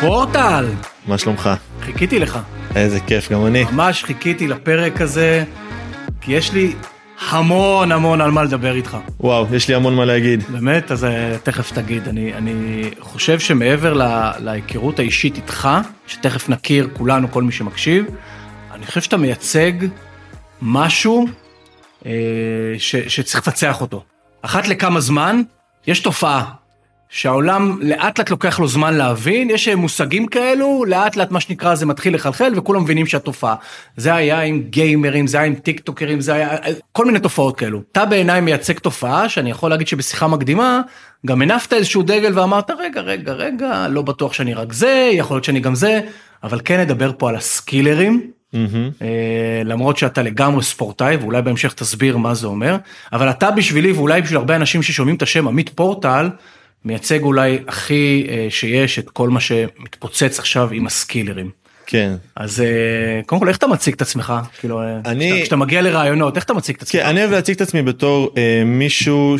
פורטל, מה שלומך? חיכיתי לך. איזה כיף, גם אני. ממש חיכיתי לפרק הזה, כי יש לי המון המון על מה לדבר איתך. וואו, יש לי המון מה להגיד. באמת? אז אה, תכף תגיד. אני, אני חושב שמעבר לה, להיכרות האישית איתך, שתכף נכיר כולנו, כל מי שמקשיב, אני חושב שאתה מייצג משהו אה, ש, שצריך לפצח אותו. אחת לכמה זמן, יש תופעה. שהעולם לאט לאט לוקח לו זמן להבין, יש מושגים כאלו, לאט לאט מה שנקרא זה מתחיל לחלחל וכולם מבינים שהתופעה. זה היה עם גיימרים, זה היה עם טיק טוקרים, זה היה אה, כל מיני תופעות כאלו. אתה בעיניי מייצג תופעה שאני יכול להגיד שבשיחה מקדימה גם הנפת איזשהו דגל ואמרת רגע רגע רגע לא בטוח שאני רק זה, יכול להיות שאני גם זה, אבל כן נדבר פה על הסקילרים. מהמם. אה, למרות שאתה לגמרי ספורטאי ואולי בהמשך תסביר מה זה אומר, אבל אתה בשבילי ואולי בשביל הרבה אנשים ששומעים את השם עמית פורטל, מייצג אולי הכי אה, שיש את כל מה שמתפוצץ עכשיו עם הסקילרים. כן. אז אה, קודם כל איך אתה מציג את עצמך? כאילו, אה, אני- כשאתה- כשאתה מגיע לרעיונות, איך אתה מציג את עצמך? כן, אני אוהב להציג את עצמי בתור אה, מישהו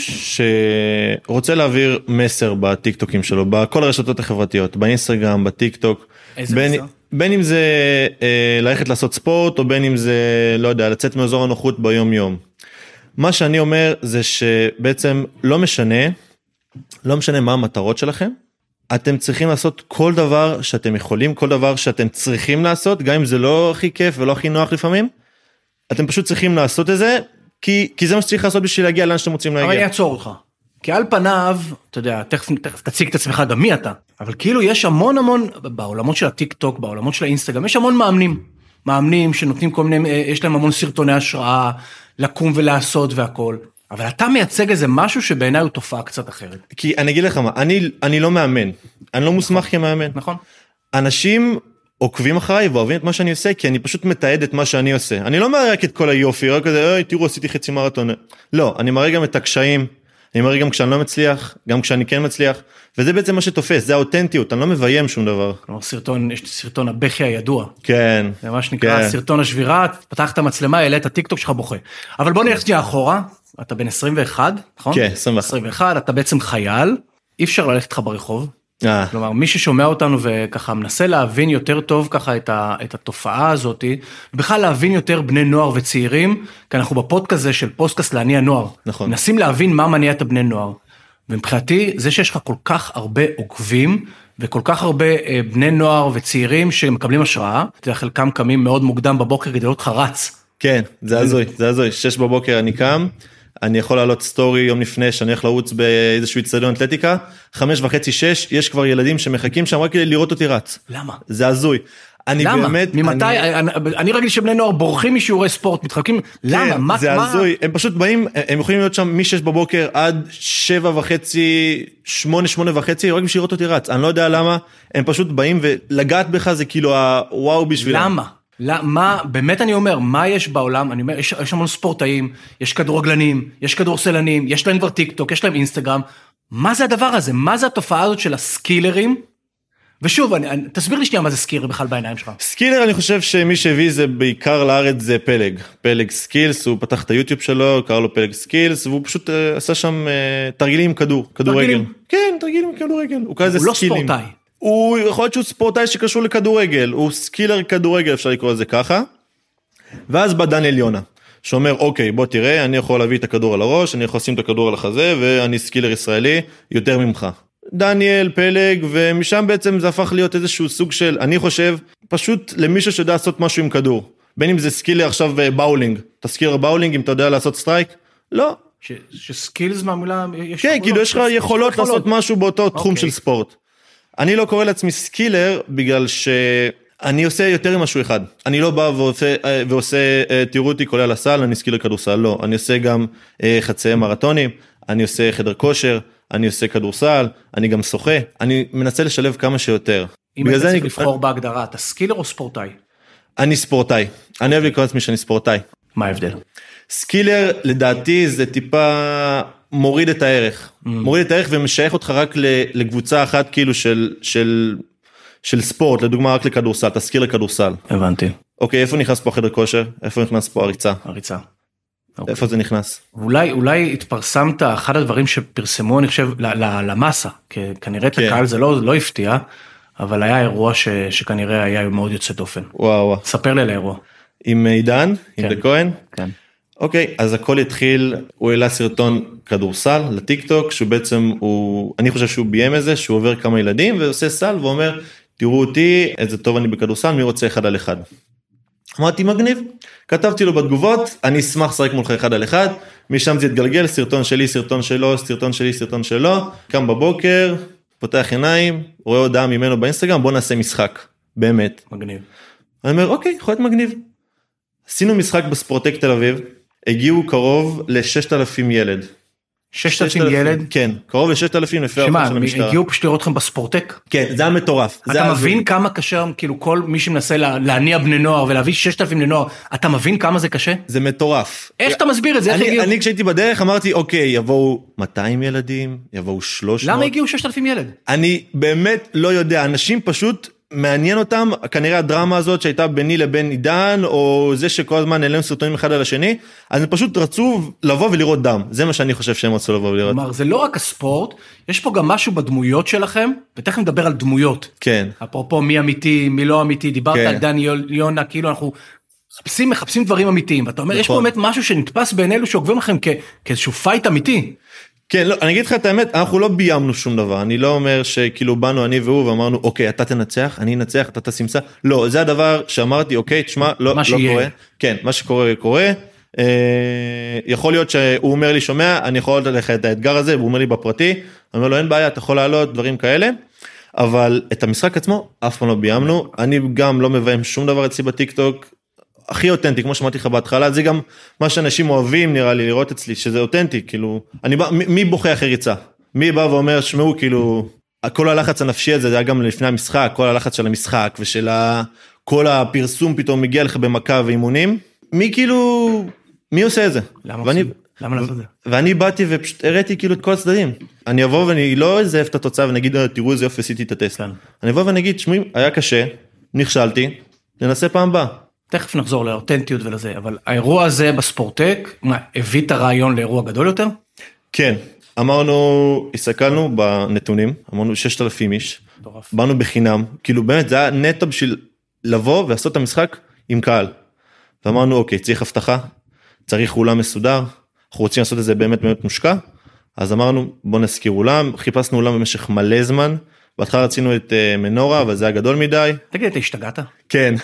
שרוצה להעביר מסר בטיקטוקים שלו, בכל הרשתות החברתיות, באינסטגרם, בטיקטוק. איזה בין- מסר? בין אם זה אה, ללכת לעשות ספורט, או בין אם זה, לא יודע, לצאת מאזור הנוחות ביום יום. מה שאני אומר זה שבעצם לא משנה, לא משנה מה המטרות שלכם, אתם צריכים לעשות כל דבר שאתם יכולים, כל דבר שאתם צריכים לעשות, גם אם זה לא הכי כיף ולא הכי נוח לפעמים, אתם פשוט צריכים לעשות את זה, כי, כי זה מה שצריך לעשות בשביל להגיע לאן שאתם רוצים אבל אני להגיע. אעצור אותך. כי על פניו, אתה יודע, תכף, תכף תציג את עצמך גם מי אתה, אבל כאילו יש המון המון, בעולמות של הטיק טוק, בעולמות של האינסטגרם, יש המון מאמנים. מאמנים שנותנים כל מיני, אה, יש להם המון סרטוני השראה, לקום ולעשות והכל. אבל אתה מייצג איזה משהו שבעיניי הוא תופעה קצת אחרת, כי אני אגיד לך מה, אני, אני לא מאמן, אני לא מוסמך כמאמן. נכון? אנשים עוקבים אחריי ואוהבים את מה שאני עושה כי אני פשוט מתעד את מה שאני עושה. אני לא מראה רק את כל היופי, רק כזה, אוי תראו עשיתי חצי מרתון. לא, אני מראה גם את הקשיים, אני מראה גם כשאני לא מצליח, גם כשאני כן מצליח, וזה בעצם מה שתופס, זה האותנטיות, אני לא מביים שום דבר. כלומר סרטון, יש את סרטון הבכי הידוע, כן, זה מה שנקרא כן. סרטון השבירה, פתחת מצלמה, העלית טיק טוק שלך בוכה. אבל בוא נלך שנייה אחורה, אתה בן 21, נכון? כן, 21. 21, אתה בעצם חייל, אי אפשר ללכת איתך ברחוב. אה, כלומר, מי ששומע אותנו וככה מנסה להבין יותר טוב ככה את, ה, את התופעה הזאת, ובכלל להבין יותר בני נוער וצעירים, כי אנחנו בפודקאסט הזה של פודקאסט להניע נוער. נכון. מנסים להבין מה מניע את הבני נוער. ומבחינתי, זה שיש לך כל כך הרבה עוקבים, וכל כך הרבה אה, בני נוער וצעירים שמקבלים השראה, אתה יודע, חלקם קמים מאוד מוקדם בבוקר כדי לראות לך רץ. כן, זה הזוי, זה הזוי, שש בבוקר אני קם, אני יכול לעלות סטורי יום לפני שאני הולך לרוץ באיזשהו אצטדיון אתלטיקה, חמש וחצי, שש, יש כבר ילדים שמחכים שם רק כדי לראות אותי רץ. למה? זה הזוי. אני למה? באמת, ממתי? אני- אני, אני, אני רגיל שבני נוער בורחים משיעורי ספורט, מתחלקים, למה? כן, מה? זה מה- הזוי, הם פשוט באים, הם יכולים להיות שם מ-6 בבוקר עד 7 וחצי, 8, 8 וחצי, רק בשביל לראות אותי רץ, אני לא יודע למה, הם פשוט באים ולגעת בך זה כאילו הוואו בשבילם. למה? למה? מה, באמת אני אומר, מה יש בעולם? אני אומר, יש, יש המון ספורטאים, יש כדורגלנים, יש כדורסלנים, יש להם כבר טיק טוק, יש להם אינסטגרם. מה זה הדבר הזה? מה זה התופעה הזאת של הסקילרים? ושוב, אני, אני, תסביר לי שנייה מה זה סקילר בכלל בעיניים שלך. סקילר אני חושב שמי שהביא זה בעיקר לארץ זה פלג, פלג סקילס, הוא פתח את היוטיוב שלו, קרא לו פלג סקילס, והוא פשוט אה, עשה שם אה, תרגילים עם כדור, כדורגל. תרגילים? כן, תרגילים עם כדורגל, הוא קרא לזה הוא לא סקילים. ספורטאי. הוא יכול להיות שהוא ספורטאי שקשור לכדורגל, הוא סקילר כדורגל אפשר לקרוא לזה ככה. ואז בא דניאל יונה, שאומר אוקיי בוא תראה אני יכול להביא את הכדור על הראש, אני יכול לשים את הכדור על החזה ואני סקילר ישראלי יותר ממך. דניאל, פלג, ומשם בעצם זה הפך להיות איזשהו סוג של, אני חושב, פשוט למישהו שיודע לעשות משהו עם כדור. בין אם זה סקילר עכשיו אה, באולינג, אתה סקילר באולינג אם אתה יודע לעשות סטרייק? לא. ש, שסקילס מהמילה... יש כן, כאילו יש לך יכולות לעשות משהו באותו תחום אוקיי. של ספורט. אני לא קורא לעצמי סקילר בגלל שאני עושה יותר ממשהו אחד. אני לא בא ועושה, אה, ועושה אה, תראו אותי כולל הסל, אני סקילר כדורסל, לא. אני עושה גם אה, חצאי מרתונים, אני עושה חדר כושר, אני עושה כדורסל, אני גם שוחה, אני מנסה לשלב כמה שיותר. אם בגלל אתה זה צריך אני- לבחור בהגדרה, אתה סקילר או ספורטאי? אני ספורטאי, אני אוהב לקרוא לעצמי שאני ספורטאי. מה ההבדל? סקילר לדעתי זה טיפה מוריד את הערך מוריד את הערך ומשייך אותך רק ל- לקבוצה אחת כאילו של של של ספורט לדוגמה רק לכדורסל תזכיר לכדורסל הבנתי, אוקיי איפה נכנס פה החדר כושר איפה נכנס פה הריצה הריצה. איפה זה נכנס אולי אולי התפרסמת אחד הדברים שפרסמו אני חושב ל- ל- למאסה כ- כנראה את כן. הקהל זה לא לא הפתיע אבל היה אירוע ש, שכנראה היה מאוד יוצא דופן. וואו וואו. ספר לי על האירוע. עם אה, עידן, כן. עם דה כהן. כן. אוקיי, אז הכל התחיל, הוא העלה סרטון כדורסל לטיק טוק, שהוא בעצם, הוא, אני חושב שהוא ביים את זה, שהוא עובר כמה ילדים ועושה סל ואומר, תראו אותי, איזה טוב אני בכדורסל, מי רוצה אחד על אחד. אמרתי מגניב, כתבתי לו בתגובות, אני אשמח לשחק מולך אחד על אחד, משם זה התגלגל, סרטון שלי, סרטון שלו, סרטון שלי, סרטון שלו, קם בבוקר, פותח עיניים, רואה הודעה ממנו באינסטגרם, בוא נעשה משחק, באמת. מגניב. אני אומר אוקיי יכול להיות מגניב. עשינו משחק בספורטק תל אביב הגיעו קרוב ל-6,000 ילד. 6,000 ילד. כן קרוב ל-6,000 לפי שמע, הערכות הם של המשטרה. הגיעו פשוט לראות אתכם בספורטק. כן לא, זה היה מטורף. זה אתה היה מבין הזוי. כמה קשה היום, כאילו כל מי שמנסה לה- להניע בני נוער ולהביא 6,000 לנוער, אתה מבין כמה זה קשה? זה מטורף. איך אתה מסביר את זה? איך אני, הגיעו? אני כשהייתי בדרך אמרתי אוקיי יבואו 200 ילדים יבואו 300. למה הגיעו 6,000 ילד? אני באמת לא יודע אנשים פשוט מעניין אותם כנראה הדרמה הזאת שהייתה ביני לבין עידן או זה שכל הזמן העלינו סרטונים אחד על השני אז הם פשוט רצו לבוא ולראות דם זה מה שאני חושב שהם רצו לבוא ולראות. כלומר, זה לא רק הספורט, יש פה גם משהו בדמויות שלכם, ותכף נדבר על דמויות. כן. אפרופו מי אמיתי, מי לא אמיתי, דיברת כן. על דני יול- יונה, כאילו אנחנו מחפשים, מחפשים דברים אמיתיים, ואתה אומר, יש פה נכון. באמת משהו שנתפס בין אלו שעוקבים לכם כ- כאיזשהו פייט אמיתי. כן, לא, אני אגיד לך את האמת, אנחנו לא ביימנו שום דבר, אני לא אומר שכאילו באנו אני והוא ואמרנו, אוקיי, אתה תנצח, אני אנצח, אתה תשים סל, לא, זה הדבר שאמרתי, אוקיי, תשמע, לא, מה לא שיהיה. קורה, כן, מה שקורה, קורה, אה, יכול להיות שהוא אומר לי, שומע, אני יכול לתת לך את האתגר הזה, והוא אומר לי בפרטי, אני אומר לו, אין בעיה, אתה יכול לעלות, דברים כאלה, אבל את המשחק עצמו, אף פעם לא ביימנו, אני גם לא מביים שום דבר אצלי בטיקטוק, הכי אותנטי כמו שאמרתי לך בהתחלה זה גם מה שאנשים אוהבים נראה לי לראות אצלי שזה אותנטי כאילו אני בא מי, מי בוכה אחרי ריצה מי בא ואומר שמעו כאילו כל הלחץ הנפשי הזה זה היה גם לפני המשחק כל הלחץ של המשחק ושל ה, כל הפרסום פתאום מגיע לך במכה ואימונים מי כאילו מי עושה את זה למה ואני, עושים- למה לעשות את זה? ואני באתי ופשוט הראיתי כאילו את כל הצדדים אני אבוא ואני לא אזייף את התוצאה ונגיד "אה, תראו איזה יופי עשיתי את הטסט כן. אני אבוא ונגיד שמעי היה קשה נכשלתי ננסה פעם הבאה. תכף נחזור לאותנטיות ולזה, אבל האירוע הזה בספורטק, מה, הביא את הרעיון לאירוע גדול יותר? כן, אמרנו, הסתכלנו בנתונים, אמרנו 6,000 איש, מטורף. באנו בחינם, כאילו באמת זה היה נטו בשביל לבוא ולעשות את המשחק עם קהל. ואמרנו אוקיי, צריך אבטחה, צריך אולם מסודר, אנחנו רוצים לעשות את זה באמת באמת מושקע, אז אמרנו בוא נשכיר אולם, חיפשנו אולם במשך מלא זמן, בהתחלה רצינו את אה, מנורה אבל זה היה גדול מדי, תגיד, אתה השתגעת? כן,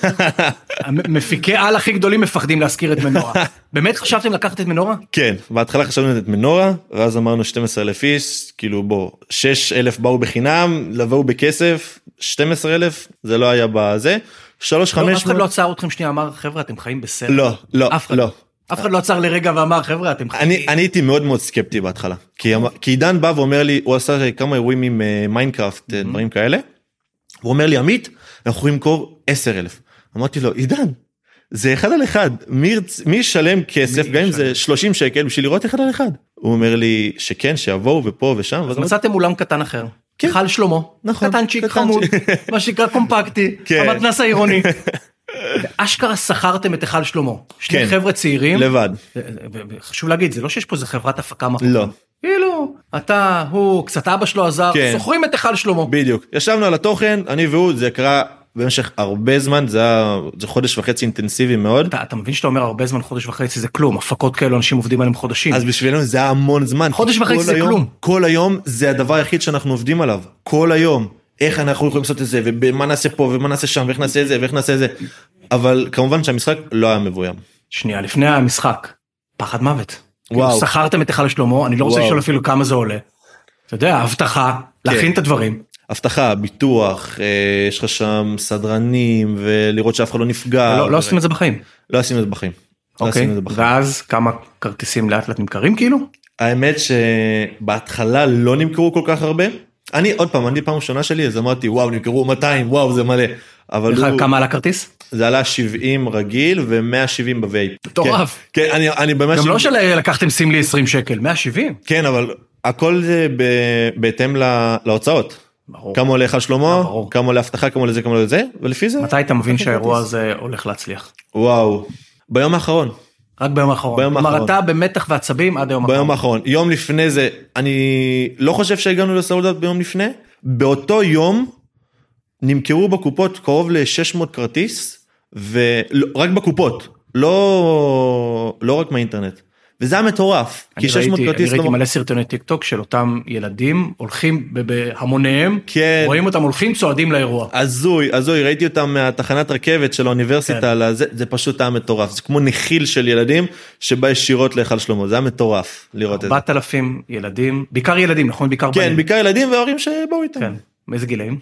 מפיקי על הכי גדולים מפחדים להזכיר את מנורה. באמת חשבתם לקחת את מנורה? לא, כן, בהתחלה חשבנו את מנורה, ואז אמרנו 12,000 איש, כאילו בוא, 6,000 באו בחינם, לבואו בכסף, 12,000, זה לא היה בזה, 3,500, לא, אף אחד לא עצר אתכם שנייה, אמר חבר'ה אתם חיים בסרט. לא, לא, אף אחד. לא. אף אחד לא עצר לרגע ואמר חבר'ה אתם חיים. אני, אני הייתי מאוד מאוד סקפטי בהתחלה, כי, אמ- כי עידן בא ואומר לי, הוא עשה כמה אירועים עם אה, מיינקראפט, Mhm. אה, דברים כאלה, הוא אומר לי, עמית, אנחנו יכולים למכור 10,000. אמרתי לו, עידן, זה אחד על אחד, מי, ירצ- מי ישלם כסף, מי גם אם ישלם? זה 30 שקל, בשביל לראות אחד על אחד. הוא אומר לי, שכן, שיבואו ופה ושם, ואז אז אמרתי, מצאתם אולם קטן אחר. לא- כן. חל שלמה, נכון, קטנצ'יק קטנצ'יק. חמוד, מה שנקרא קומפקטי, כן. המתנס העירוני. אשכרה שכרתם את היכל שלמה. שני כן. חבר'ה צעירים, אה, לבד. חשוב להגיד, זה לא שיש פה איזה חברת הפקה מאחורי. לא, כאילו, אתה, הוא, קצת אבא שלו עזר, כן. זוכרים את היכל שלמה. בדיוק. ישבנו על התוכן, אני והוא, זה קרה במשך הרבה זמן, זה היה זה חודש וחצי אינטנסיבי מאוד. אתה, אתה מבין שאתה אומר הרבה זמן חודש וחצי זה כלום הפקות כאלו אנשים עובדים עליהם חודשים אז בשבילנו זה היה המון זמן. כאילו. חודש כי וחצי כל זה היום- כלום. כל היום זה הדבר היחיד שאנחנו עובדים עליו. כל היום. איך אנחנו יכולים לעשות את זה, ומה נעשה פה, ומה נעשה שם, ואיך נעשה את זה, ואיך נעשה את זה. אבל כמובן שהמשחק לא היה מבוים. שנייה לפני המשחק פחד מוות. וואו. כאילו, שכרתם את היכל שלמה אני לא רוצה וואו. לשאול אפילו כמה זה עולה. אתה יודע הבטחה כן. להכין את אה, הדברים אבטחה, ביטוח, אה, יש לך שם סדרנים, ולראות שאף אחד לא נפגע. לא לא עושים את זה בחיים. לא עשינו את זה בחיים. לא אוקיי עשינו את זה בחיים. ואז כמה כרטיסים לאט לאט נמכרים כאילו האמת שבהתחלה לא נמכרו כל כך הרבה. אני עוד פעם, אני פעם ראשונה שלי אז אמרתי וואו נמכרו 200 וואו זה מלא. אבל בכלל, הוא, כמה עלה כרטיס? זה עלה 70 רגיל ו170 בווייפ. מטורף. כן, כן אני, אני באמת... גם לא שלקחתם שים לי 20 שקל 170. כן אבל הכל זה ב... בהתאם לה... להוצאות. ברור. אה, כמה עולה לך שלמה, ברור. כמה עולה אבטחה, כמה עולה זה, כמה עולה זה, ולפי זה, מתי אתה מבין שהאירוע הזה הולך להצליח? וואו, ביום האחרון. רק ביום האחרון. ביום כלומר האחרון. אתה במתח ועצבים עד היום האחרון. ביום האחרון. יום לפני זה, אני לא חושב שהגענו לסעודת ביום לפני, באותו יום נמכרו בקופות קרוב ל-600 כרטיס, ורק בקופות, לא, לא רק מהאינטרנט. וזה היה מטורף, אני כי 600 ראיתי- כרטיס אני לא... ראיתי מלא סרטוני טיק טוק של אותם ילדים הולכים ב- בהמוניהם, כן. אה, רואים אותם הולכים צועדים לאירוע. הזוי, הזוי, ראיתי אותם מהתחנת רכבת של האוניברסיטה, כן. לזה, זה פשוט היה מטורף, זה כמו נחיל של ילדים שבא ישירות להיכל שלמה, זה היה מטורף לראות את זה. 4,000 ילדים, בעיקר ילדים, נכון? בעיקר כן, בנים. בעיקר ילדים והורים שבאו איתם. כן. מאיזה גילאים?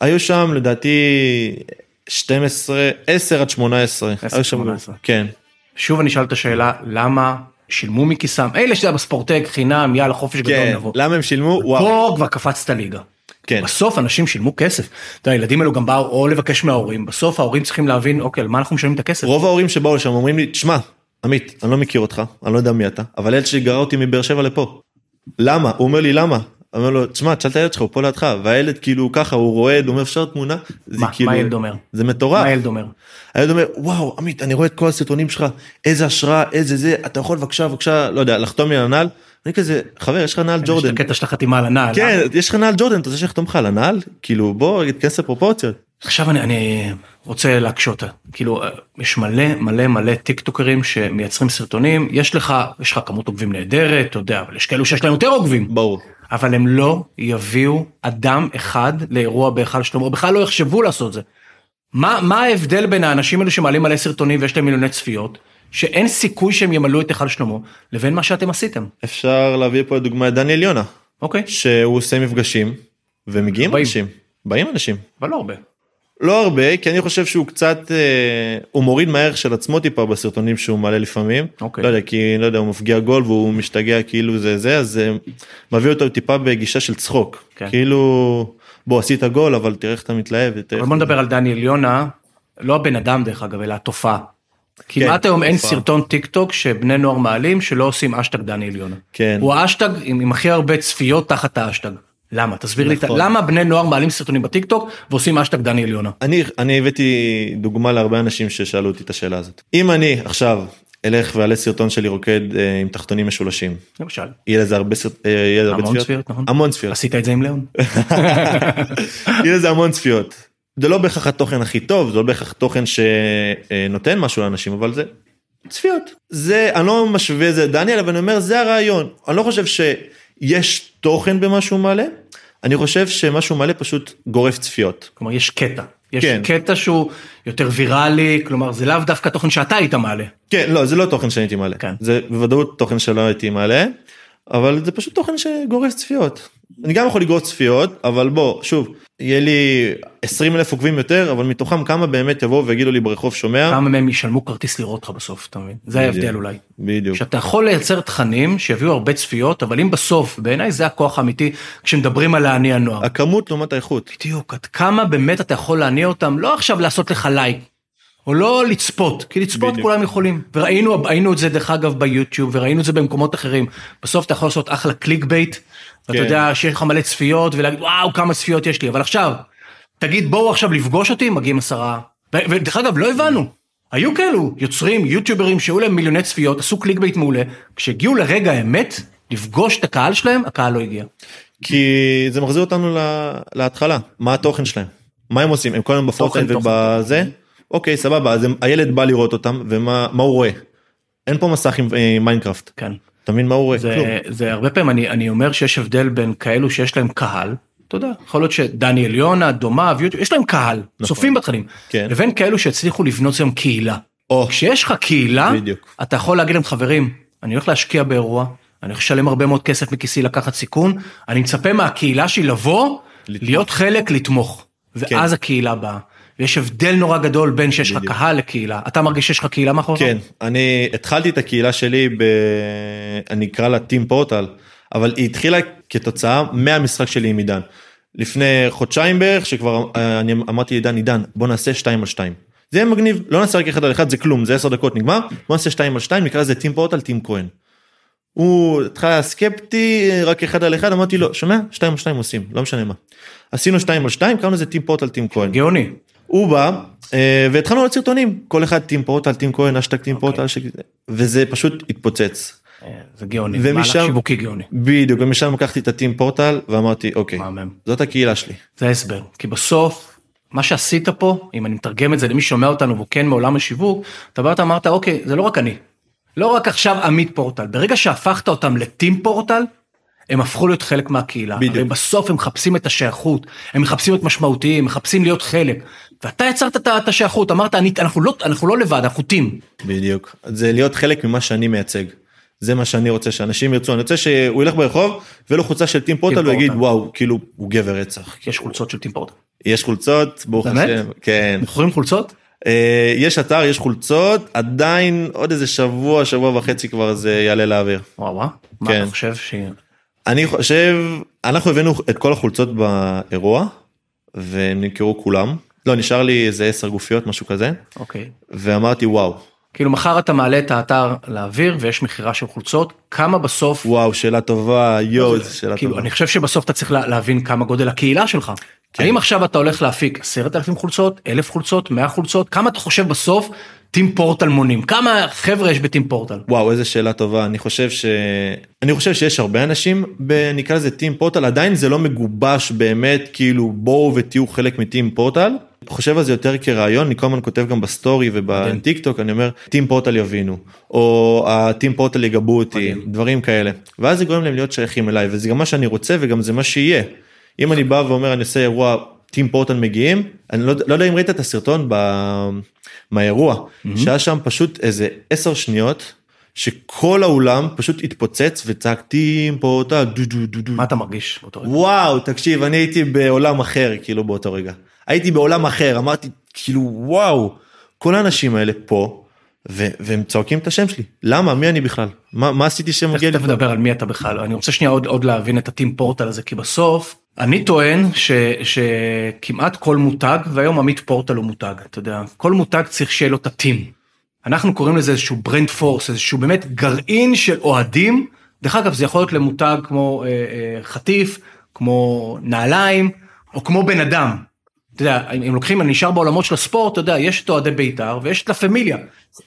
היו שם לדעתי 12, 10 עד 18. 10 היו שם- 18. כן. שוב אני אשאל את השאלה, למה שילמו מכיסם? אלה שזה היה בספורטק חינם, יאללה חופש גדול כן, נבוא. למה הם שילמו? וואו. פה כבר קפצת ליגה. כן. בסוף אנשים שילמו כסף. אתה יודע, הילדים האלו גם באו או לבקש מההורים, בסוף ההורים צריכים להבין, אוקיי, על מה אנחנו משלמים את הכסף? רוב ההורים שבאו לשם אומרים לי, תשמע, עמית, אני לא מכיר אותך, אני לא יודע מי אתה, אבל הילד שלי גרר אותי מבאר שבע לפה. למה? הוא אומר לי, למה? אני אומר לו, תשמע, תשאל את הילד שלך, הוא פה לידך, והילד כאילו ככה, הוא רועד, הוא אומר, אפשר תמונה? זה מה, כאילו- מה הילד אומר? זה מה מטורף. הילד אומר? הילד אומר, וואו, עמית, אני רואה את כל הסרטונים שלך, איזה השראה, איזה זה, אתה יכול בבקשה, בבקשה, לא יודע, לחתום לי על הנעל? אני כזה, חבר, יש לך נעל יש ג'ורדן. את הקטע של החתימה על הנעל. כן, יש לך נעל ג'ורדן, אתה רוצה שיחתום לך על הנעל? כאילו, בוא, תיכנס לפרופורציות. עכשיו אני, אני רוצה להקשות, כאילו אה, יש מלא מלא מלא טיק טוקרים שמייצרים סרטונים, יש לך, יש לך כמות עוקבים נהדרת, אתה יודע, אבל יש כאלו שיש להם יותר עוקבים, ברור. אבל הם לא יביאו אדם אחד לאירוע בהיכל שלמה, או בכלל לא יחשבו לעשות זה. מה, מה ההבדל בין האנשים האלו שמעלים מלא סרטונים ויש להם מיליוני צפיות, שאין סיכוי שהם ימלאו את היכל שלמה, לבין מה שאתם עשיתם, אפשר להביא פה לדוגמה את דניאל יונה, אוקיי? שהוא עושה מפגשים, ומגיעים באים. אנשים, באים אנשים. אבל לא הרבה. לא הרבה, כי אני חושב שהוא קצת, אה, הוא מוריד מהערך של עצמו טיפה בסרטונים שהוא מעלה לפעמים. אוקיי. לא יודע, כי לא יודע, הוא מפגיע גול והוא משתגע כאילו זה זה, אז זה מביא אותו טיפה בגישה של צחוק. כן. כאילו, בוא עשית גול, אבל תראה איך אתה מתלהב. תראה אבל איך בוא אתה- נדבר על דניאל יונה, לא הבן אדם דרך אגב, אלא התופעה. כמעט היום אין כן, התופעה. סרטון טיק טוק שבני נוער מעלים שלא עושים אשטג דניאל יונה. כן. הוא האשטג עם, עם הכי הרבה צפיות תחת האשטג. למה? תסביר לי, נכון. את ה- למה בני נוער מעלים סרטונים בטיק טוק ועושים אשטג דניאל יונה? אני, אני הבאתי דוגמה להרבה אנשים ששאלו אותי את השאלה הזאת. אם אני עכשיו אלך ואעלה סרטון שלי רוקד אה, עם תחתונים משולשים, למשל. יהיה לזה הרבה, סרט, אה, יהיה לזה הרבה המון צפיות, נכון? המון צפיות. עשית את זה עם ליאון? יהיה לזה המון צפיות. זה לא בהכרח התוכן הכי טוב, זה לא בהכרח תוכן שנותן משהו לאנשים, אבל זה צפיות. זה, אני לא משווה את זה לדניאל, אבל אני אומר, זה הרעיון. אני לא חושב שיש תוכן במה שהוא מעלה, אני חושב שמה שהוא מעלה פשוט גורף צפיות. כלומר, יש קטע. יש כן. קטע שהוא יותר ויראלי, כלומר, זה לאו דווקא תוכן שאתה היית מעלה. כן, לא, זה לא תוכן שאני הייתי מעלה. כן. זה בוודאות תוכן שלא הייתי מעלה, אבל זה פשוט תוכן שגורס צפיות. אני גם יכול לגרוס צפיות, אבל בוא, שוב, יהיה לי 20 אלף עוקבים יותר, אבל מתוכם כמה באמת יבואו ויגידו לי ברחוב שומע? כמה מהם ישלמו כרטיס לראות אותך בסוף, אתה מבין? זה ההבדל אולי. בדיוק. שאתה יכול לייצר תכנים שיביאו הרבה צפיות, אבל אם בסוף, בעיניי זה הכוח האמיתי כשמדברים על להניע נוער. הכמות לעומת האיכות. בדיוק, עד כמה באמת אתה יכול להניע אותם, לא עכשיו לעשות לך לייק, או לא לצפות, כי לצפות בדיוק. כולם יכולים. וראינו ראינו את זה דרך אגב ביוטיוב, וראינו את זה במקומות אחרים. בסוף אתה יכול לעשות אחלה קליק בייט, ואתה כן. יודע שיש לך מלא צפיות, ולהגיד וואו כמה צפיות יש לי, אבל עכשיו, תגיד בואו עכשיו לפגוש אותי, מגיעים עשרה. ו- ודרך אגב לא הבנו. היו כאלו יוצרים, יוטיוברים שהיו להם מיליוני צפיות, עשו קליק בייט מעולה, כשהגיעו לרגע האמת, לפגוש את הקהל שלהם, הקהל לא הגיע. כי זה מחזיר אותנו לה- להתחלה, מה התוכן שלהם? מה הם עושים? הם כל היום בפורטנט תוכן, ובזה? אוקיי, סבבה, אז הם- הילד בא לראות אותם, ומה מה הוא רואה? אין פה מסך עם אה, מיינקראפט. כן. אתה מבין מה הוא רואה? כלום. זה, זה הרבה פעמים אני, אני אומר שיש הבדל בין כאלו שיש להם קהל, אתה יודע, יכול להיות שדניאל יונה, דומיו, יוטיוב, יש להם קהל, נכון. צופים בתכנים, כן. לבין כאלו שהצליחו לבנות היום קהילה. או. כשיש לך קהילה, בדיוק. אתה יכול להגיד להם חברים, אני הולך להשקיע באירוע, אני הולך לשלם הרבה מאוד כסף מכיסי לקחת סיכון, אני מצפה מהקהילה שלי לבוא, לתמוך. להיות חלק, לתמוך, ואז כן. הקהילה באה. ויש הבדל נורא גדול בין שיש לך קהל לקהילה. אתה מרגיש שיש לך קהילה מאחוריך? כן, אני התחלתי את הקהילה שלי, ב... אני אקרא לה טים פורטל, אבל היא התחילה כתוצאה מהמשחק שלי עם עידן. לפני חודשיים בערך, שכבר אה, אני אמרתי לעידן, עידן, בוא נעשה 2 על 2. זה יהיה מגניב, לא נעשה רק 1 על 1, זה כלום, זה 10 דקות נגמר, בוא נעשה 2 על 2, נקרא לזה טים פורטל, טים כהן. הוא התחלה היה סקפטי, רק 1 על 1, אמרתי לו, שומע? 2 על 2 עושים, לא משנה מה. עשינו 2 על 2, קראנו לזה טים פורטל, טים כהן. גאוני. הוא בא אה, והתחלנו לעשות סרטונים כל אחד טים פורטל טים כהן אשטג טים אוקיי. פורטל אשטג- וזה פשוט התפוצץ אה, זה גאוני, ומשם- מהלך שיווקי גאוני. בדיוק ומשם לקחתי את הטים פורטל ואמרתי אוקיי מהמם. זאת הקהילה שלי זה ההסבר כי בסוף מה שעשית פה, אם אני מתרגם את זה למי ששומע אותנו והוא כן מעולם השיווק, אתה באת אמרת, אוקיי, זה לא רק אני. לא רק עכשיו עמית פורטל, ברגע שהפכת אותם לטים פורטל, הם הפכו להיות חלק מהקהילה. בדיוק. הרי בסוף הם מחפשים את השייכות, הם מחפשים את משמעותיים, הם מחפשים להיות חלק. ואתה יצרת את ה- את השייכות, אמרת, אני, אנחנו, לא, אנחנו לא לבד, אנחנו טים. בדיוק. זה להיות חלק ממה שאני מייצג. זה מה שאני רוצה שאנשים ירצו. אני רוצה שהוא ילך ברחוב ולא חולצה של טים פורטל פורטל. ויגיד וואו, כאילו הוא גבר רצח. יש חולצות של טים פורטל. יש חולצות, ברוך באמת? השם. כן. מוכרים חולצות? אה, יש אתר, יש חולצות, עדיין עוד איזה שבוע, שבוע וחצי כבר זה יעלה לאוויר. וואו וואו. מה כן. אתה חושב ש... אני חושב, אנחנו הבאנו את כל החולצות באירוע, והם נמכרו כולם. לא, נשאר לי איזה עשר גופיות, משהו כזה, אוקיי. ואמרתי וואו, כאילו מחר אתה מעלה את האתר לאוויר ויש מכירה של חולצות, כמה בסוף, וואו, לא- שאלה טובה, יואו, זו שאלה כאילו טובה. אני חושב שבסוף אתה צריך לה- להבין כמה גודל הקהילה שלך. האם עכשיו אתה הולך להפיק 10,000 חולצות, 1,000 חולצות, 100 חולצות, כמה אתה חושב בסוף טים פורטל מונים? כמה חבר'ה יש בטים פורטל? וואו, איזה שאלה טובה, אני חושב ש... אני חושב שיש הרבה אנשים, ב- נקרא לזה טים פורטל, עדיין זה לא מגובש באמת, כאילו בואו ותהיו חלק מטים פורטל. אני חושב על זה יותר כרעיון, אני כל הזמן כותב גם בסטורי ובטיק טוק, אני אומר, טים פורטל יבינו, או הטים פורטל יגבו אותי, דברים כאלה. ואז זה גורם להם להיות שייכים אליי, וזה גם מה שאני רוצה וגם זה מה שיהיה. אם אני בא ואומר, אני עושה אירוע, טים פורטל מגיעים, אני לא, לא יודע אם ראית את הסרטון ב... מהאירוע, שהיה שם פשוט איזה עשר שניות. שכל האולם פשוט התפוצץ וצעקתי פה אותה דו דו דו דו. מה אתה מרגיש? באותו רגע? וואו תקשיב אני הייתי בעולם אחר כאילו באותו רגע הייתי בעולם אחר אמרתי כאילו וואו כל האנשים האלה פה ו- והם צועקים את השם שלי למה מי אני בכלל מה, מה עשיתי שמגיע לי תכף נדבר על מי אתה בכלל, אני רוצה שנייה עוד, עוד להבין את הטים פורטל הזה, כי בסוף אני טוען ש, שכמעט כל מותג, והיום עמית פורטל הוא מותג, אתה יודע, כל מותג צריך שיהיה לו את הטים. אנחנו קוראים לזה איזשהו ברנד פורס, איזשהו באמת גרעין של אוהדים, דרך אגב זה יכול להיות למותג כמו אה, אה, חטיף, כמו נעליים, או כמו בן אדם. אתה יודע, אם אם לוקחים, אני נשאר בעולמות של הספורט, אתה יודע, יש את אוהדי בית"ר ויש את לה פמיליה.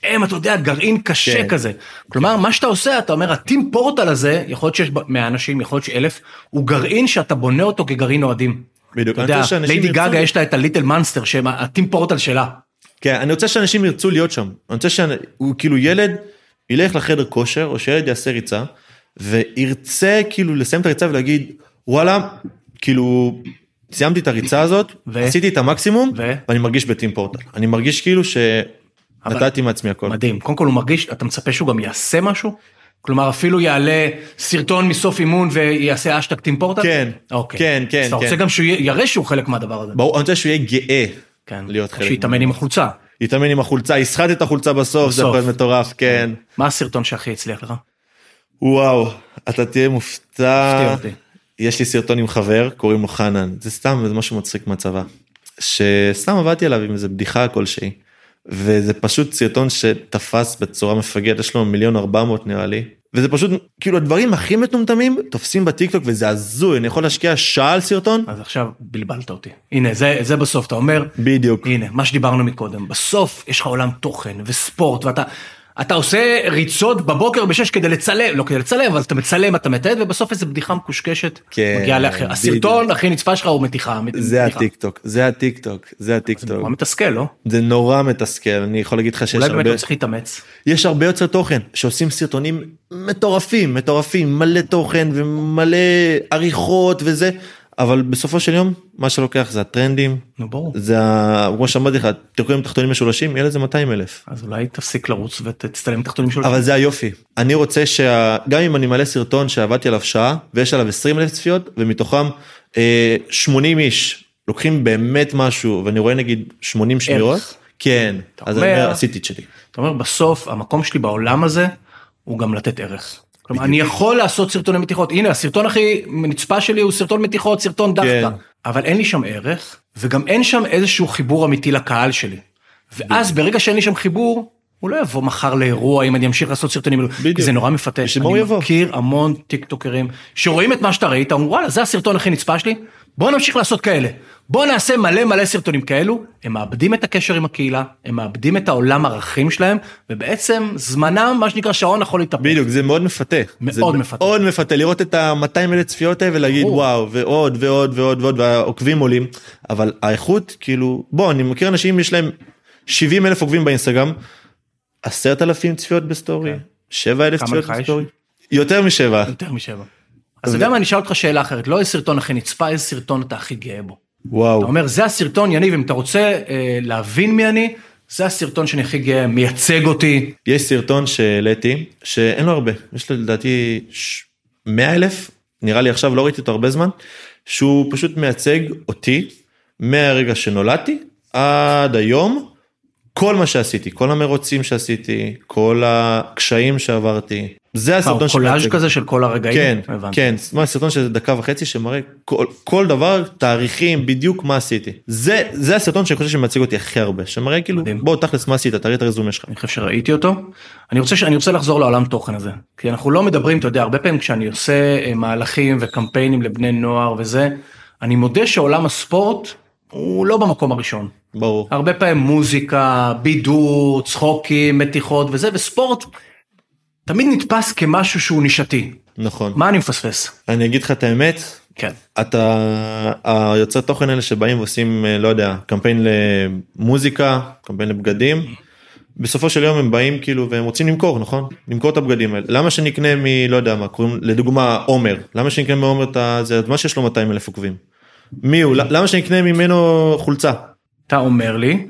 הם, אתה יודע, גרעין קשה כן. כזה. כלומר, מה שאתה עושה, אתה אומר, הטים פורטל הזה, יכול להיות שיש ב- 100 אנשים, יכול להיות שאלף, הוא גרעין שאתה בונה אותו כגרעין אוהדים. בדיוק. אתה אני יודע, חושב שאנשים ליידי ירצו- גאגה יש לה את הליטל מנסטר, שהם ה- הטים פורטל שלה. כן, אני רוצה שאנשים ירצו להיות שם. אני רוצה שהוא כאילו ילד ילך לחדר כושר, או שילד יעשה ריצה, וירצה כאילו לסיים את הריצה ולהגיד, וואלה, כאילו, סיימתי את הריצה הזאת, ו- ו... עשיתי את המקסימום, ו- ו... ואני מרגיש בטים פורטל. אני מרגיש כאילו שנתתי מעצמי הכל. מדהים. קודם כל הוא מרגיש, אתה מצפה שהוא גם יעשה משהו? כלומר, אפילו יעלה סרטון מסוף אימון ויעשה אשטג טים פורטל? כן, אוקיי. כן, כן, אז אתה רוצה כן. גם שהוא י- יראה שהוא חלק מהדבר הזה. ברור, אני רוצה שהוא יהיה גאה כן. להיות חלק. שיתאמן עם החולצה. יתאמן עם החולצה, יסחט את החולצה בסוף, זה בסוף. יכול להיות מטורף, כן. מה הסרטון שהכי הצליח לך? וואו, אתה תהיה הפתיע מופתע. אותי. יש לי סרטון עם חבר, קוראים לו חנן, זה סתם זה משהו מצחיק מהצבא. שסתם עבדתי עליו עם איזה בדיחה כלשהי. וזה פשוט סרטון שתפס בצורה מפגרת, יש לו מיליון ארבע מאות נראה לי. וזה פשוט, כאילו הדברים הכי מטומטמים תופסים בטיקטוק וזה הזוי, אני יכול להשקיע שעה על סרטון? אז עכשיו בלבלת אותי. הנה, זה, זה בסוף, אתה אומר, בדיוק. הנה, מה שדיברנו מקודם, בסוף יש לך עולם תוכן וספורט, ואתה אתה עושה ריצות בבוקר בשש כדי לצלם, לא כדי לצלם, אבל אתה מצלם, אתה מתעד, ובסוף איזה בדיחה מקושקשת כן, מגיעה לאחר. בדיוק. הסרטון הכי נצפה שלך הוא מתיחה. זה מתיחה. הטיקטוק, זה הטיקטוק, זה נורא הטיקטוק. מתסכל, לא? זה נורא מתסכל, אני יכול להגיד לך שיש אולי הרבה... באמת לא צריך להתאמץ. יש הרבה יוצרי תוכן שעושים סרטונים מטורפים מטורפים מלא תוכן ומלא עריכות וזה אבל בסופו של יום מה שלוקח זה הטרנדים נו, ברור. זה ה- כמו שאמרתי לך תיקויים תחתונים משולשים יהיה לזה 200 אלף אז אולי תפסיק לרוץ ותצטלם תחתונים שלו. אבל זה היופי אני רוצה שגם אם אני מלא סרטון שעבדתי עליו שעה ויש עליו 20 אלף צפיות ומתוכם אה, 80 איש לוקחים באמת משהו ואני רואה נגיד 80 שמירות כן אז אני אומר- אומר עשיתי את שלי אתה אומר בסוף המקום שלי בעולם הזה הוא גם לתת ערך. כלומר אני יכול לעשות סרטוני מתיחות הנה הסרטון הכי נצפה שלי הוא סרטון מתיחות סרטון דווקא כן. אבל אין לי שם ערך וגם אין שם איזשהו חיבור אמיתי לקהל שלי. ואז ברגע שאין לי שם חיבור הוא לא יבוא מחר לאירוע אם אני אמשיך לעשות סרטונים אלו, בדיוק. כי זה נורא מפתה. בשביל מה אני הוא יבוא? מכיר המון טיק טוקרים שרואים את מה שאתה ראית אומרים וואלה זה הסרטון הכי נצפה שלי בואו נמשיך לעשות כאלה. בואו נעשה מלא מלא סרטונים כאלו, הם מאבדים את הקשר עם הקהילה, הם מאבדים את העולם ערכים שלהם, ובעצם זמנם, מה שנקרא, שעון יכול להתאפק. בדיוק, זה מאוד מפתה. מאוד זה מפתה. מאוד מפתה, לראות את ה-200 אלף צפיות האלה ולהגיד ברור. וואו, ועוד ועוד ועוד ועוד, והעוקבים עולים, אבל האיכות, כאילו, בוא, אני מכיר אנשים, יש להם 70 אלף עוקבים באינסטגרם, 10,000 צפיות בסטורי, 7,000 כן. כמה צפיות לך יש? בסטורי, יותר משבע. יותר משבע. אז אתה יודע מה, אני אשאל אותך שאלה אחרת, לא איזה סרטון הכי נצפה, איזה סרטון אתה הכי גאה בו. אתה וואו, אומר, זה הסרטון, יניב, אם אתה רוצה אה, להבין מי אני, זה הסרטון שאני הכי גאה, מייצג אותי. יש סרטון שהעליתי, שאין לו הרבה, יש לו לדעתי 100 אלף, נראה לי עכשיו לא ראיתי אותו הרבה זמן, שהוא פשוט מייצג אותי מהרגע שנולדתי עד היום, כל מה שעשיתי, כל המרוצים שעשיתי, כל הקשיים שעברתי, זה מה, הוא הסרטון קולאז' כזה של כל הרגעים? כן, הבנתי. כן, מה, סרטון של דקה וחצי שמראה כל, כל דבר, תאריכים, בדיוק מה עשיתי. זה, זה הסרטון שאני חושב שמייצג אותי הכי הרבה, שמראה כאילו, מדהים. בוא תכלס מה עשית, תראה את הרזומה שלך. אני חושב שראיתי אותו. אני רוצה, ש- אני רוצה לחזור לעולם תוכן הזה, כי אנחנו לא מדברים, אתה יודע, הרבה פעמים כשאני עושה אה, מהלכים וקמפיינים לבני נוער וזה, אני מודה שעולם הספורט הוא לא במקום הראשון. ברור. הרבה פעמים מוזיקה, בידור, צחוקים, מתיחות וזה, וספורט תמיד נתפס כמשהו שהוא נישתי. נכון. מה אני מפספס? אני אגיד לך את האמת, כן. אתה היוצרי תוכן האלה שבאים ועושים אה, לא יודע קמפיין למוזיקה קמפיין לבגדים. בסופו של יום הם באים כאילו והם רוצים למכור נכון למכור את הבגדים האלה למה שנקנה מלא יודע מה קוראים לדוגמה עומר למה שנקנה מעומר את ה- זה מה שיש לו 200 אלף עוקבים. מי הוא למה שנקנה ממנו חולצה אתה אומר לי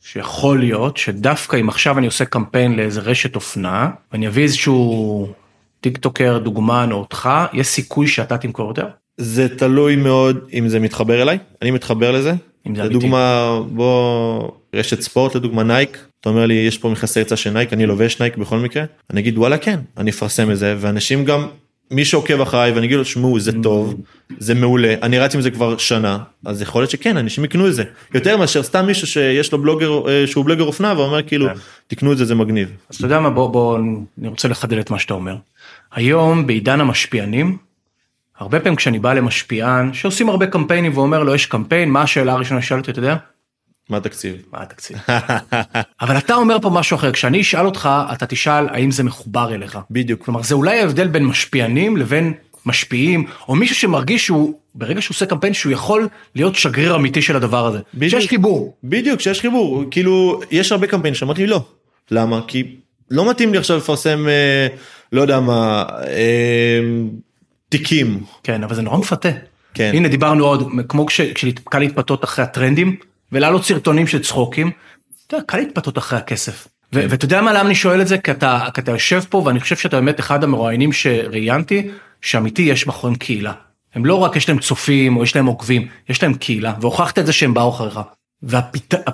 שיכול להיות שדווקא אם עכשיו אני עושה קמפיין לאיזה רשת אופנה ואני אביא איזשהו טיק טוקר דוגמן או אותך יש סיכוי שאתה תמכור יותר? זה תלוי מאוד אם זה מתחבר אליי אני מתחבר לזה. אם זה אמיתי. לדוגמה בוא רשת ספורט לדוגמה נייק אתה אומר לי יש פה מכסי היצע של נייק אני לובש נייק בכל מקרה אני אגיד וואלה כן אני אפרסם את זה ואנשים גם מי שעוקב אחריי ואני אגיד לו שמעו Mm. זה טוב זה מעולה אני רץ עם זה כבר שנה אז יכול להיות שכן אנשים יקנו את זה יותר מאשר סתם מישהו שיש לו בלוגר אה, שהוא בלוגר אופנה ואומר כאילו כן. תקנו את זה זה מגניב אז אתה יודע מה בוא בוא אני רוצה לחדד את מה שאתה אומר. היום בעידן המשפיענים הרבה פעמים כשאני בא למשפיען שעושים הרבה קמפיינים ואומר לו יש קמפיין מה השאלה הראשונה ששאלת אותי אתה יודע? מה התקציב. מה התקציב? אבל אתה אומר פה משהו אחר כשאני אשאל אותך אתה תשאל האם זה מחובר אליך. בדיוק. כלומר זה אולי ההבדל בין משפיענים לבין משפיעים או מישהו שמרגיש שהוא ברגע שהוא עושה קמפיין שהוא יכול להיות שגריר אמיתי של הדבר הזה. בדיוק. שיש חיבור. בדיוק שיש חיבור כאילו יש הרבה קמפיינים שאמרתי לא למה כי לא מתאים לי עכשיו לפרסם אה, לא יודע מה אה, תיקים כן אבל זה נורא מפתה. כן. הנה דיברנו עוד כמו כש- כשקל להתפתות אחרי הטרנדים ולהעלות סרטונים של צחוקים. אתה יודע, קל להתפתות אחרי הכסף. ו- ואתה יודע מה למה אני שואל את זה כי אתה, כי אתה יושב פה ואני חושב שאתה באמת אחד המרואיינים שראיינתי שאמיתי יש מאחוריהם קהילה. הם לא רק יש להם צופים או יש להם עוקבים יש להם קהילה והוכחת את זה שהם באו אחריך.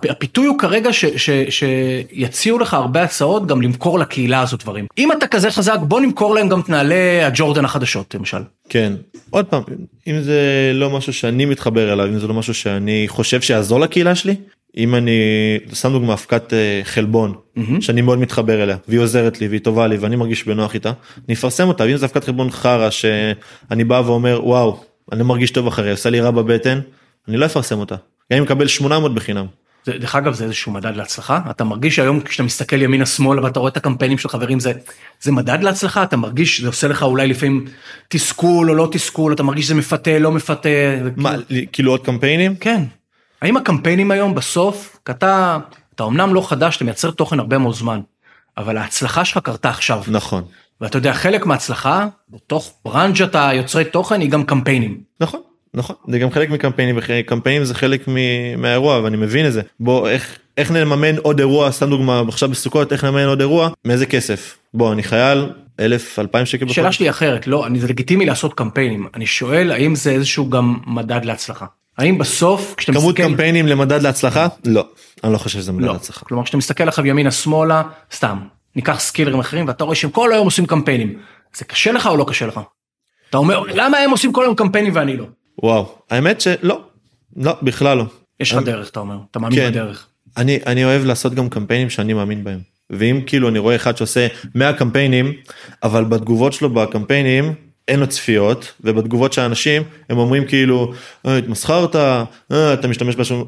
והפיתוי הוא כרגע ש, ש, שיציעו לך הרבה הצעות גם למכור לקהילה הזו דברים. אם אתה כזה חזק בוא נמכור להם גם את נעלי הג'ורדן החדשות למשל. כן עוד פעם אם זה לא משהו שאני מתחבר אליו אם זה לא משהו שאני חושב שיעזור לקהילה שלי אם אני שם דוגמא אבקת אה, חלבון מהמם. שאני מאוד מתחבר אליה והיא עוזרת לי והיא טובה לי ואני מרגיש בנוח איתה אני אפרסם אותה ואם זה אבקת חלבון חרא שאני בא ואומר וואו אני לא מרגיש טוב אחרי עושה לי רע בבטן אני לא אפרסם אותה גם אם מקבל 800 בחינם. זה, דרך אגב זה איזשהו מדד להצלחה אתה מרגיש היום כשאתה מסתכל ימינה שמאלה ואתה רואה את הקמפיינים של חברים זה זה מדד להצלחה אתה מרגיש זה עושה לך אולי לפעמים תסכול או לא תסכול אתה מרגיש שזה מפתה לא מפתה. זה מה כאילו- כאילו עוד קמפיינים כן. האם הקמפיינים היום בסוף כי אתה אתה אמנם לא חדש אתה מייצר תוכן הרבה מאוד זמן אבל ההצלחה שלך קרתה עכשיו נכון ואתה יודע חלק מההצלחה בתוך ברנג'ת היוצרי תוכן היא גם קמפיינים. נכון נכון זה גם חלק מקמפיינים וקמפיינים זה חלק מ- מהאירוע ואני מבין את זה בוא איך איך נממן עוד אירוע סתם דוגמא עכשיו בסוכות איך נממן עוד אירוע מאיזה כסף בוא אני חייל אלף אלפיים שקל השאלה שלי היא אחרת, לא, אני, זה לגיטימי לעשות קמפיינים, אני שואל האם זה איזשהו גם מדד להצלחה. האם בסוף כשאתה כמות מסתכל, קמפיינים למדד להצלחה לא אני לא חושב שזה מדד לא, להצלחה כלומר כשאתה מסתכל עכשיו ימינה שמאלה, סתם, ניקח סקילרים אחרים ואתה רואה שהם כל היום עושים קמפיינים, זה קשה לך או לא קשה לך? אתה אומר למה הם עושים כל היום קמפיינים ואני לא? וואו האמת שלא לא בכלל לא יש לך דרך אתה אומר, אתה מאמין כן. בדרך. אני אני אוהב לעשות גם קמפיינים שאני מאמין בהם ואם כאילו אני רואה אחד שעושה 100 קמפיינים אבל בתגובות שלו בקמפיינים אין לו צפיות ובתגובות של האנשים הם אומרים כאילו "אה, התמסחרת אה, אתה משתמש בנו,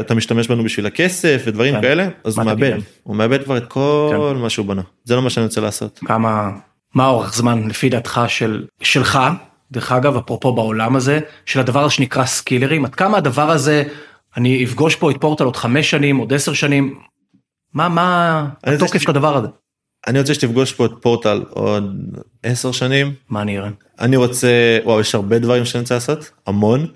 אתה משתמש בנו בשביל הכסף ודברים כן. כאלה אז מה הוא תגיד כן. מאבד להם? הוא מאבד כבר את כל מה שהוא בנה זה לא מה שאני רוצה לעשות. כמה, מה האורך זמן לפי דעתך של, שלך, דרך אגב, אפרופו בעולם הזה, של הדבר שנקרא סקילרים, עד כמה הדבר הזה, אני אפגוש פה את פורטל עוד חמש שנים, עוד עשר שנים, מה, מה אני התוקף רוצה של הדבר הזה? אני רוצה שתפגוש פה את פורטל עוד 10 שנים מה אני אראה? אני רוצה וואו יש הרבה דברים שאני רוצה לעשות המון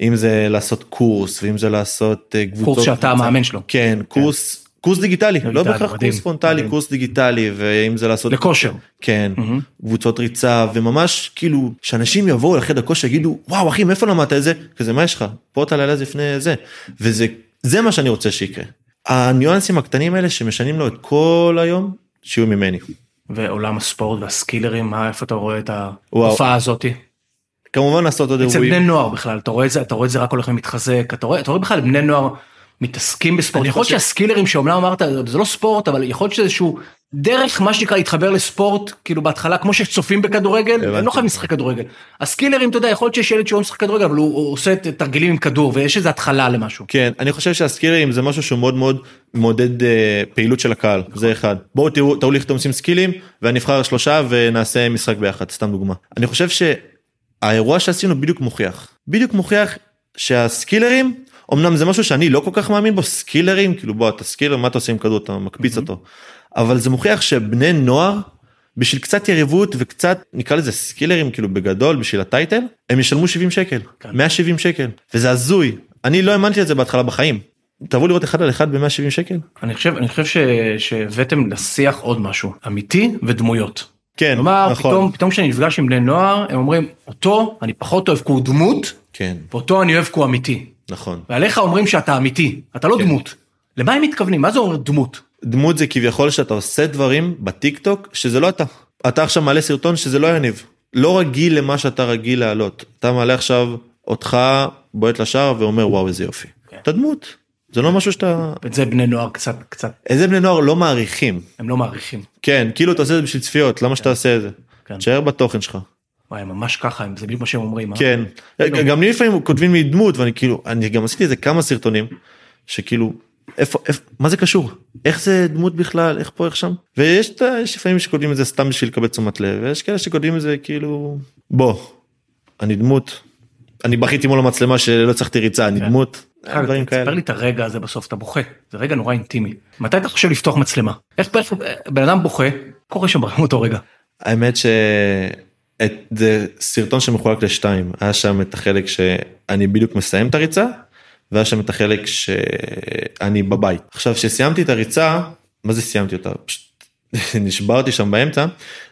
אם זה לעשות קורס ואם זה לעשות אה, קבוצות. קורס שאתה המאמן שלו, כן קורס קורס דיגיטלי לא דיגיטלי, בהכרח מדהים, קורס פרונטלי מדהים. קורס דיגיטלי ואם זה לעשות לכושר. כן מהמם. קבוצות ריצה וממש כאילו שאנשים יבואו לחדר כושר יגידו וואו אחי מאיפה למדת את זה כזה מה יש לך פורטל עלה לפני זה וזה זה מה שאני רוצה שיקרה. הניואנסים הקטנים האלה שמשנים לו את כל היום שיהיו ממני. ועולם הספורט והסקילרים, מה, איפה אתה רואה את ההופעה הזאתי? כמובן לעשות עוד אצל בני אירועים. נוער בכלל, אתה רואה את זה, אתה רואה את זה רק הולך ומתחזק, אתה רואה, אתה רואה בכלל בני נוער מתעסקים בספורט, אני יכול להיות חושב- שהסקילרים שאומנם אמרת זה לא ספורט, אבל יכול להיות שזה איזשהו דרך מה שנקרא להתחבר לספורט, כאילו בהתחלה כמו שצופים בכדורגל, הם הבנתי. לא חייבים לשחק כדורגל, הסקילרים אתה יודע, יכול להיות שיש ילד שהוא לא משחק כדורגל, אבל הוא הוא עושה ת- תרגילים עם כדור ויש איזה התחלה למשהו. כן אני חושב שהסקילרים זה משהו שהוא מאוד מאוד מעודד אה, פעילות של הקהל זה אחד בואו תראו תראו לי איך אתם עושים סקילים ואני אבחר שלושה ונעשה משחק ביחד סתם דוגמה אני חושב שהאירוע שעשינו בדיוק מוכיח בדיוק מוכיח שהסקילרים אמנם זה משהו שאני לא כל כך מאמין בו סקילרים כאילו בוא אתה סקילר מה אתה עושה עם כדור אתה מקפיץ אותו אבל זה מוכיח שבני נוער. בשביל קצת יריבות וקצת נקרא לזה סקילרים כאילו בגדול בשביל הטייטל הם ישלמו 70 שקל כן. 170 שקל וזה הזוי אני לא האמנתי את זה בהתחלה בחיים תבוא לראות אחד על אחד ב-170 שקל אני חושב, אני חושב ש- שהבאתם לשיח עוד משהו, אמיתי ודמויות. כן כלומר, נכון פתאום, פתאום כשאני נפגש עם בני נוער, הם אומרים, אותו אני פחות אוהב כי הוא דמות, כן ואותו אני אוהב כי הוא אמיתי. נכון ועליך אומרים שאתה אמיתי, אתה כן. לא דמות. למה הם מתכוונים? מה זה אומר דמות? דמות זה כביכול שאתה עושה דברים בטיק טוק שזה לא אתה אתה עכשיו מעלה סרטון שזה לא יניב לא רגיל למה שאתה רגיל להעלות אתה מעלה עכשיו אותך בועט לשער ואומר וואו איזה יופי כן. אתה דמות זה לא משהו שאתה את זה בני נוער קצת, קצת, איזה בני נוער לא מעריכים הם לא מעריכים. כן כאילו אתה עושה את זה בשביל צפיות למה שאתה עושה את זה כן. תשאר בתוכן שלך וואי, הם ממש ככה, הם- זה בדיוק מה שהם אומרים. אה? כן גם לי לפעמים כותבים לי דמות ואני כאילו אני גם עשיתי איזה כמה סרטונים שכאילו איפה איפה מה זה קשור איך זה דמות בכלל איך פה איך שם ויש את ה- יש לפעמים שכותבים את זה סתם בשביל לקבל תשומת לב ויש כאלה שכותבים את זה כאילו בוא אני דמות אני בכיתי מול המצלמה שלא הצלחתי ריצה כן. אני דמות אחר כך, דברים אה, תספר כאלה. לי את הרגע הזה בסוף, אתה בוכה, זה רגע נורא אינטימי. מתי אתה חושב לפתוח מצלמה? איך בערך בן אדם בוכה, מה קורה שם באותו רגע? האמת ש... את זה סרטון שמחולק לשתיים היה שם את החלק שאני בדיוק מסיים את הריצה והיה שם את החלק שאני בבית עכשיו שסיימתי את הריצה מה זה סיימתי אותה פשוט נשברתי שם באמצע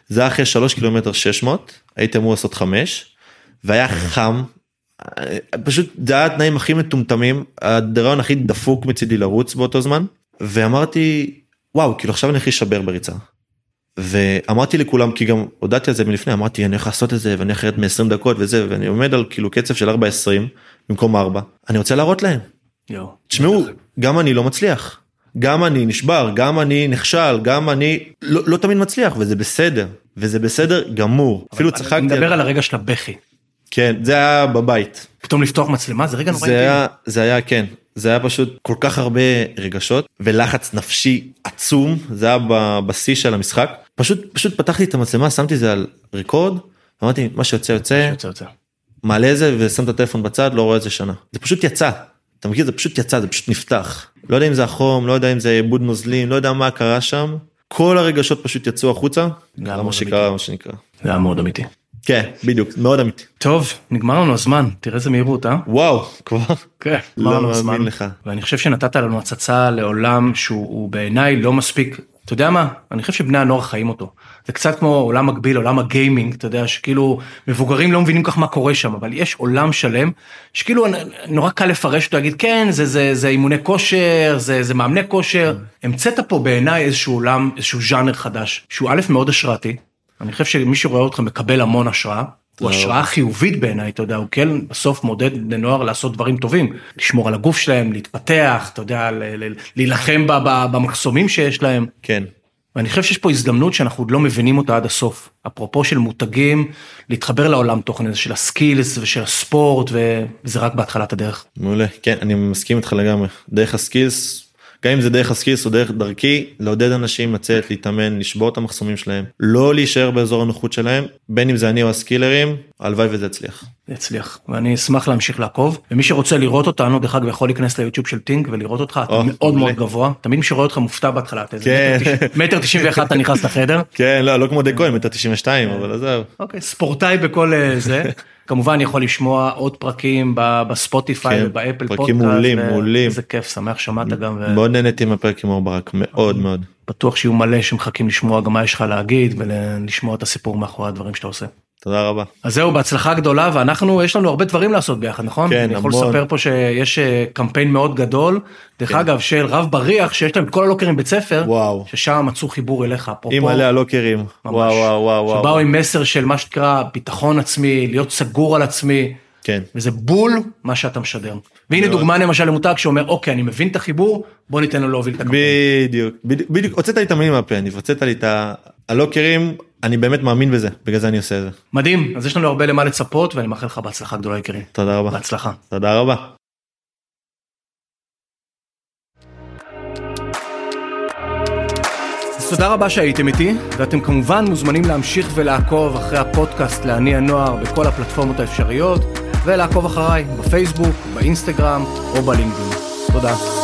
זה היה אחרי 3 קילומטר 600 הייתי אמור לעשות 5 והיה חם פשוט זה היה התנאים הכי מטומטמים הדריון הכי דפוק מצידי לרוץ באותו זמן ואמרתי וואו כאילו עכשיו אני הכי שבר בריצה ואמרתי לכולם כי גם הודעתי על זה מלפני אמרתי אני הולך לעשות את זה ואני הולך לרדת מ-20 דקות וזה ואני עומד על כאילו קצב של 4.20 במקום 4 אני רוצה להראות להם יואו. תשמעו גם אני לא מצליח גם אני נשבר גם אני נכשל גם אני לא, לא תמיד מצליח וזה בסדר וזה בסדר גמור אפילו אבל צחקתי אני על- מדבר על הרגע של הבכי. כן זה היה בבית פתאום לפתוח מצלמה זה רגע נורא זה אינטימי. היה זה היה כן זה היה פשוט כל כך הרבה רגשות ולחץ נפשי עצום זה היה ב- בשיא של המשחק פשוט פשוט פתחתי את המצלמה שמתי את זה על ריקורד אמרתי מה שיוצא יוצא יוצא, יוצא. מעלה את זה ושם את הטלפון בצד לא רואה את זה שנה זה פשוט יצא אתה מכיר זה פשוט יצא זה פשוט נפתח לא יודע אם זה החום לא יודע אם זה עיבוד נוזלים לא יודע מה קרה שם כל הרגשות פשוט יצאו החוצה. מאוד מה שקרה מה שנקרא. זה היה מאוד אמיתי. כן בדיוק מאוד אמיתי טוב, נגמר לנו הזמן, תראה איזה מהירות, אה? וואו כבר כן, לא אמרנו זמן. מאמין לך. ואני חושב שנתת לנו הצצה לעולם שהוא הוא בעיניי לא מספיק, אתה יודע מה? אני חושב שבני הנוער חיים אותו. זה קצת כמו עולם מקביל, עולם הגיימינג, אתה יודע, שכאילו מבוגרים לא מבינים כל כך מה קורה שם, אבל יש עולם שלם, שכאילו נ- נורא קל לפרש אותו, להגיד כן, זה, זה, זה אימוני כושר, זה, זה מאמני כושר. המצאת פה בעיניי איזשהו עולם, איזשהו ז'אנר חדש, שהוא א', מאוד השראתי, אני חושב שמי שרואה אותך מקבל המון השראה. הוא השראה חיובית בעיניי, אתה יודע, הוא כן בסוף מעודד בני נוער לעשות דברים טובים, לשמור על הגוף שלהם, להתפתח, אתה יודע, ל- ל- להילחם ב- ב- במחסומים שיש להם. כן ואני חושב שיש פה הזדמנות שאנחנו עוד לא מבינים אותה עד הסוף. אפרופו של מותגים, להתחבר לעולם תוכן הזה של הסקילס ושל הספורט, וזה רק בהתחלת הדרך. מעולה, כן, אני מסכים איתך לגמרי. דרך הסקילס, גם אם זה דרך הסקילס או דרך דרכי, לעודד אנשים לצאת, להתאמן, לשבור את המחסומים שלהם, לא להישאר באזור הנוחות שלהם, בין אם זה אני או הסקילרים, הלוואי וזה יצליח. זה יצליח, ואני אשמח להמשיך לעקוב. ומי שרוצה לראות אותנו, דרך אגב, יכול להיכנס ליוטיוב של טינק ולראות אותך, אתה או, מאוד מאוד מעולה. גבוה. תמיד מי שרואה אותך מופתע בהתחלה, אתה איזה כן. מטר תשעים- מטר תשעים ואחת אתה נכנס לחדר. כן, לא, לא כמו דה כהן, אתה 92, אבל עזוב. אוקיי, ספורטאי בכל אה, זה. כמובן יכול לשמוע עוד פרקים ב- בספוטיפיי כן, ובאפל פודקאסט. פרקים מעולים, ו- מעולים. איזה כיף, שמח שמעת גם, מאוד נהניתי מהפרק עם אור ברק, מאוד מאוד. ובטוח שיהיו מלא שמחכים לשמוע גם מה יש לך להגיד ולשמוע את הסיפור מאחורי הדברים שאתה עושה. תודה רבה. אז זהו, בהצלחה גדולה, ואנחנו, יש לנו הרבה דברים לעשות ביחד, נכון? כן, אני יכול המון. כן. לספר פה שיש אה, קמפיין מאוד גדול, דרך אגב, של רב בריח, שיש להם את כל הלוקרים בית ספר, וואו. ששם מצאו חיבור אליך, אפרופו, עם עלי הלוקרים. וואו וואו וואו שבאו וואו. עם מסר של מה שנקרא ביטחון עצמי, להיות סגור על עצמי, כן. וזה בול מה שאתה משדר. והנה דוגמה למשל למותג שאומר, אוקיי, אני מבין את החיבור, בוא ניתן לו להוביל את הקמפיין. בדיוק, בדיוק, בדיוק, הוצאת לי את המילים מהפה, אני הוצאת לי את ה- הלוקרים, אני באמת מאמין בזה, בגלל זה אני עושה את זה. מדהים, אז יש לנו הרבה למה לצפות, ואני מאחל לך בהצלחה גדולה, יקירי. תודה רבה. בהצלחה. תודה רבה. אז תודה רבה שהייתם איתי, ואתם כמובן מוזמנים להמשיך ולעקוב אחרי הפודקאסט להניע נוער בכל הפלטפורמות האפשריות, ולעקוב אחריי בפייסבוק, באינסטגרם או בלינקדאין. תודה.